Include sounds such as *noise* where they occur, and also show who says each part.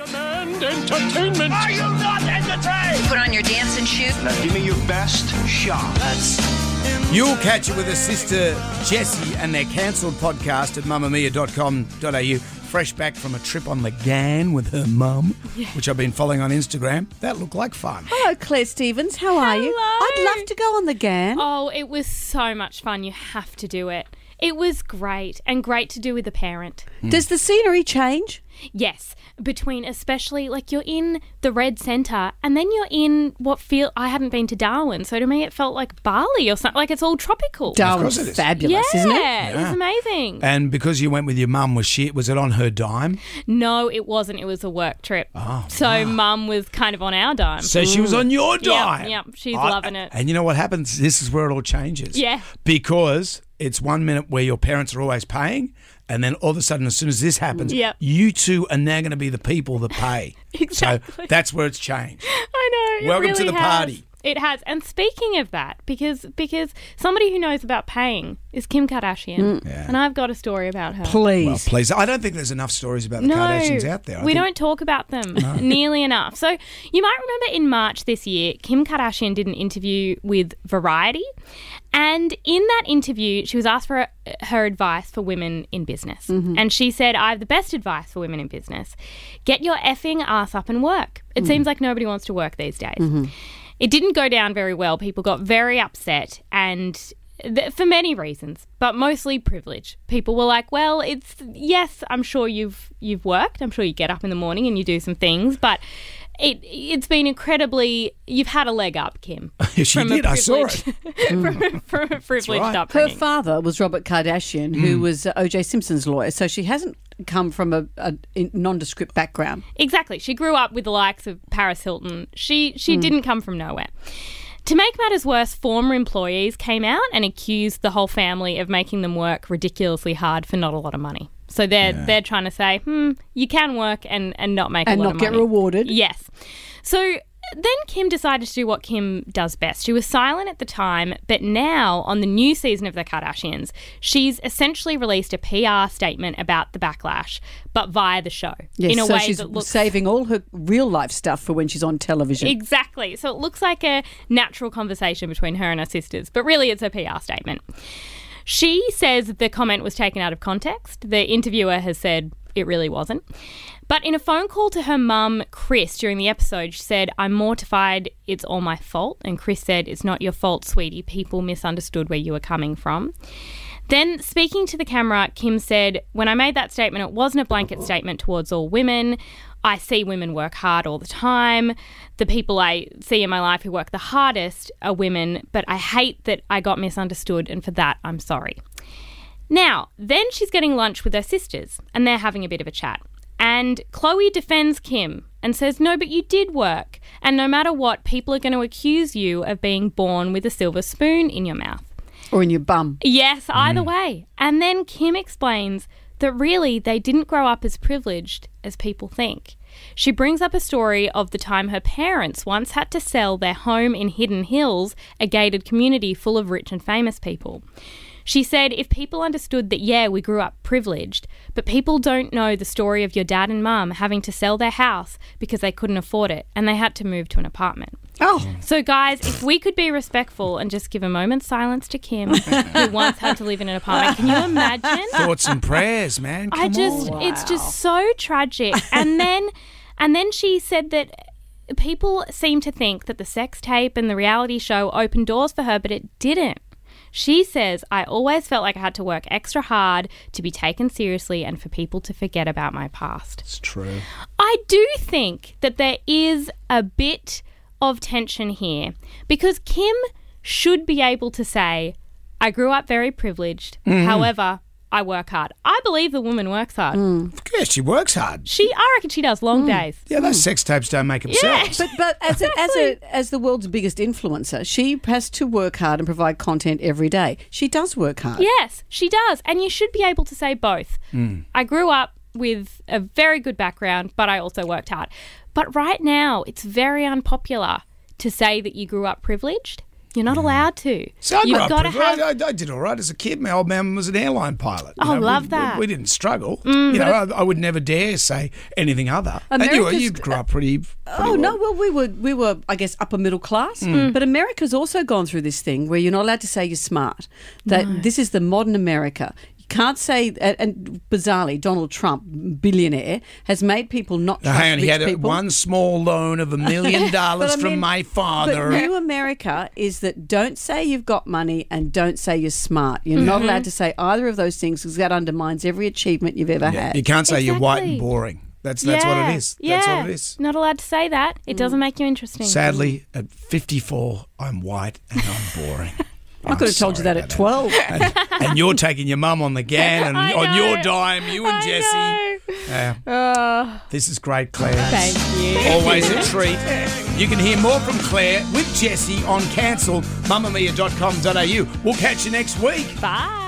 Speaker 1: Entertained, entertainment.
Speaker 2: Are you not entertained?
Speaker 3: Put on your dancing shoes.
Speaker 2: Now give me your best shot.
Speaker 4: You'll catch it with her sister Jessie and their cancelled podcast at mamamia.com.au. Fresh back from a trip on the GAN with her mum, which I've been following on Instagram. That looked like fun.
Speaker 5: Hello, Claire Stevens. How are you? I'd love to go on the GAN.
Speaker 6: Oh, it was so much fun. You have to do it. It was great and great to do with a parent.
Speaker 5: Does the scenery change?
Speaker 6: Yes, between especially like you're in the red centre and then you're in what feel I haven't been to Darwin, so to me it felt like Bali or something. Like it's all tropical.
Speaker 5: Darwin's
Speaker 4: course it is.
Speaker 5: fabulous,
Speaker 6: yeah,
Speaker 5: isn't it?
Speaker 6: it was amazing.
Speaker 4: And because you went with your mum, was she? Was it on her dime?
Speaker 6: no, it wasn't. It was a work trip. Oh, so mum was kind of on our dime.
Speaker 4: So she was on your dime.
Speaker 6: Mm. yep, she's loving it.
Speaker 4: And you know what happens? This is where it all changes.
Speaker 6: Yeah.
Speaker 4: Because it's one minute where your parents are always paying, and then all of a sudden, as soon as this happens,
Speaker 6: Yep.
Speaker 4: you two are now going to be the people that pay. So
Speaker 6: *laughs* Exactly.
Speaker 4: that's where it's changed.
Speaker 6: I know. it
Speaker 4: Welcome to
Speaker 6: really
Speaker 4: the
Speaker 6: has.
Speaker 4: party.
Speaker 6: It has. And speaking of that, because because somebody who knows about paying is Kim
Speaker 4: Mm.
Speaker 6: Kardashian, and I've got a story about her.
Speaker 5: Please.
Speaker 4: Well, please. I don't think there's enough stories about the
Speaker 6: no,
Speaker 4: Kardashians out there. I
Speaker 6: we
Speaker 4: think-
Speaker 6: don't talk
Speaker 4: *laughs*
Speaker 6: about them nearly enough. So you might remember in March this year, Kim Kardashian did an interview with Variety, and in that interview, she was asked for her advice for women in business,
Speaker 4: Mm-hmm.
Speaker 6: and she said, "I have the best advice for women in business: get your effing ass up and work.
Speaker 4: Mm.
Speaker 6: It seems like nobody wants to work these days."
Speaker 4: Mm-hmm.
Speaker 6: It didn't go down very well. People got very upset and th- for many reasons, but mostly privilege. People were like, "Well, it's yes, I'm sure you've you've worked. I'm sure you get up in the morning and you do some things, but it it's been incredibly you've had a leg up, Kim."
Speaker 4: *laughs* Yes, you
Speaker 6: from a
Speaker 4: did. I saw it.
Speaker 6: privileged- *laughs* from, a- from a privileged
Speaker 4: right.
Speaker 5: Her
Speaker 6: upbringing.
Speaker 5: father was Robert Kardashian, who
Speaker 4: Mm.
Speaker 5: was uh, O.J. Simpson's lawyer, so she hasn't come from a, a in- nondescript background.
Speaker 6: Exactly. She grew up with the likes of Paris Hilton. She she
Speaker 5: Hmm.
Speaker 6: didn't come from nowhere. To make matters worse, former employees came out and accused the whole family of making them work ridiculously hard for not a lot of money. So they're they're trying to say, hmm, you can work and, and not make
Speaker 5: And
Speaker 6: a lot
Speaker 5: not
Speaker 6: of
Speaker 5: get
Speaker 6: money.
Speaker 5: rewarded.
Speaker 6: Yes. So then Kim decided to do what Kim does best. She was silent at the time, but now on the new season of The Kardashians, she's essentially released a PR statement about the backlash, but via the show
Speaker 5: Yes,
Speaker 6: in a
Speaker 5: so
Speaker 6: way
Speaker 5: she's
Speaker 6: that looks
Speaker 5: saving all her real life stuff for when she's on television.
Speaker 6: Exactly. So it looks like a natural conversation between her and her sisters, but really it's a PR statement. She says the comment was taken out of context. The interviewer has said it really wasn't. But in a phone call to her mum, Chris, during the episode, she said, I'm mortified. It's all my fault. And Chris said, It's not your fault, sweetie. People misunderstood where you were coming from. Then, speaking to the camera, Kim said, When I made that statement, it wasn't a blanket statement towards all women. I see women work hard all the time. The people I see in my life who work the hardest are women, but I hate that I got misunderstood, and for that, I'm sorry. Now, then she's getting lunch with her sisters, and they're having a bit of a chat. And Chloe defends Kim and says, No, but you did work. And no matter what, people are going to accuse you of being born with a silver spoon in your mouth.
Speaker 5: Or in your bum.
Speaker 6: Yes, either way. And then Kim explains that really they didn't grow up as privileged as people think. She brings up a story of the time her parents once had to sell their home in Hidden Hills, a gated community full of rich and famous people. She said, if people understood that, yeah, we grew up privileged, but people don't know the story of your dad and mum having to sell their house because they couldn't afford it and they had to move to an apartment.
Speaker 5: Oh,
Speaker 6: So, guys, if we could be respectful and just give a moment's silence to Kim,
Speaker 4: *laughs*
Speaker 6: who once had to live in an apartment, can you imagine?
Speaker 4: Thoughts
Speaker 6: *laughs*
Speaker 4: and prayers, man. Come
Speaker 6: I just,
Speaker 4: on.
Speaker 6: it's just so
Speaker 4: *laughs*
Speaker 6: tragic. And then, and then she said that people seem to think that the sex tape and the reality show opened doors for her, but it didn't. She says, I always felt like I had to work extra hard to be taken seriously and for people to forget about my past.
Speaker 4: It's true.
Speaker 6: I do think that there is a bit of tension here because Kim should be able to say, I grew up very privileged.
Speaker 4: Mm-hmm.
Speaker 6: However, I work hard. I believe the woman works hard.
Speaker 4: Yeah, she works hard.
Speaker 6: She, I reckon she does long days.
Speaker 4: Yeah, those sex tapes don't make themselves.
Speaker 5: but but as a, as a, as the world's biggest influencer, she has to work hard and provide content every day. She does work hard.
Speaker 6: Yes, she does. And you should be able to say both.
Speaker 4: Mm.
Speaker 6: I grew up with a very good background, but I also worked hard. But right now, it's very unpopular to say that you grew up privileged. You're not allowed to.
Speaker 4: See, Mm. I grew
Speaker 6: You've
Speaker 4: up
Speaker 6: got to
Speaker 4: privileged.
Speaker 6: have.
Speaker 4: I, I did all right as a kid. My old man was an airline pilot. You
Speaker 6: Oh,
Speaker 4: we-
Speaker 6: love
Speaker 4: we,
Speaker 6: that. Mm,
Speaker 4: We, didn't struggle. you know, I, I would never dare say anything other. and you,
Speaker 5: America's-
Speaker 4: you grew up pretty. pretty
Speaker 5: Oh
Speaker 4: well.
Speaker 5: no! Well, Hmm. we were we were I guess upper middle class, but America's also gone through this thing where you're not allowed to say you're smart. That this is the modern America. You can't say. And and bizarrely, Donald Trump, billionaire, has made people not
Speaker 4: Now,
Speaker 5: trust
Speaker 4: hang on, he
Speaker 5: rich
Speaker 4: had a,
Speaker 5: people.
Speaker 4: one small loan of a
Speaker 6: *laughs*
Speaker 4: million dollars
Speaker 5: But I
Speaker 4: from
Speaker 5: mean-
Speaker 4: my
Speaker 5: But new
Speaker 4: father.
Speaker 5: America is that don't say you've got money and don't say you're smart. You're not allowed to say either of those things because that undermines every achievement you've ever
Speaker 4: Yeah,
Speaker 5: had.
Speaker 4: you can't say you're white and
Speaker 6: Exactly.
Speaker 4: boring. That's that's what
Speaker 6: Yeah,
Speaker 4: it is.
Speaker 6: Yeah.
Speaker 4: That's what it is. Mm.
Speaker 6: Not allowed to say that. It doesn't make you
Speaker 5: Oh,
Speaker 6: interesting.
Speaker 4: Sadly, at 54, I'm white and
Speaker 5: *laughs*
Speaker 4: I'm boring.
Speaker 5: I could have told you that at 12.
Speaker 4: And, and you're taking your mum on the
Speaker 5: *laughs*
Speaker 4: gan and
Speaker 6: I
Speaker 4: on
Speaker 6: know.
Speaker 4: your dime, you and Jesse. Yeah. this is great, Claire.
Speaker 6: Thank you.
Speaker 4: Always a treat. You can hear more from Claire with Jesse on cancel, mamamia.com.au. We'll catch you next week.
Speaker 6: Bye.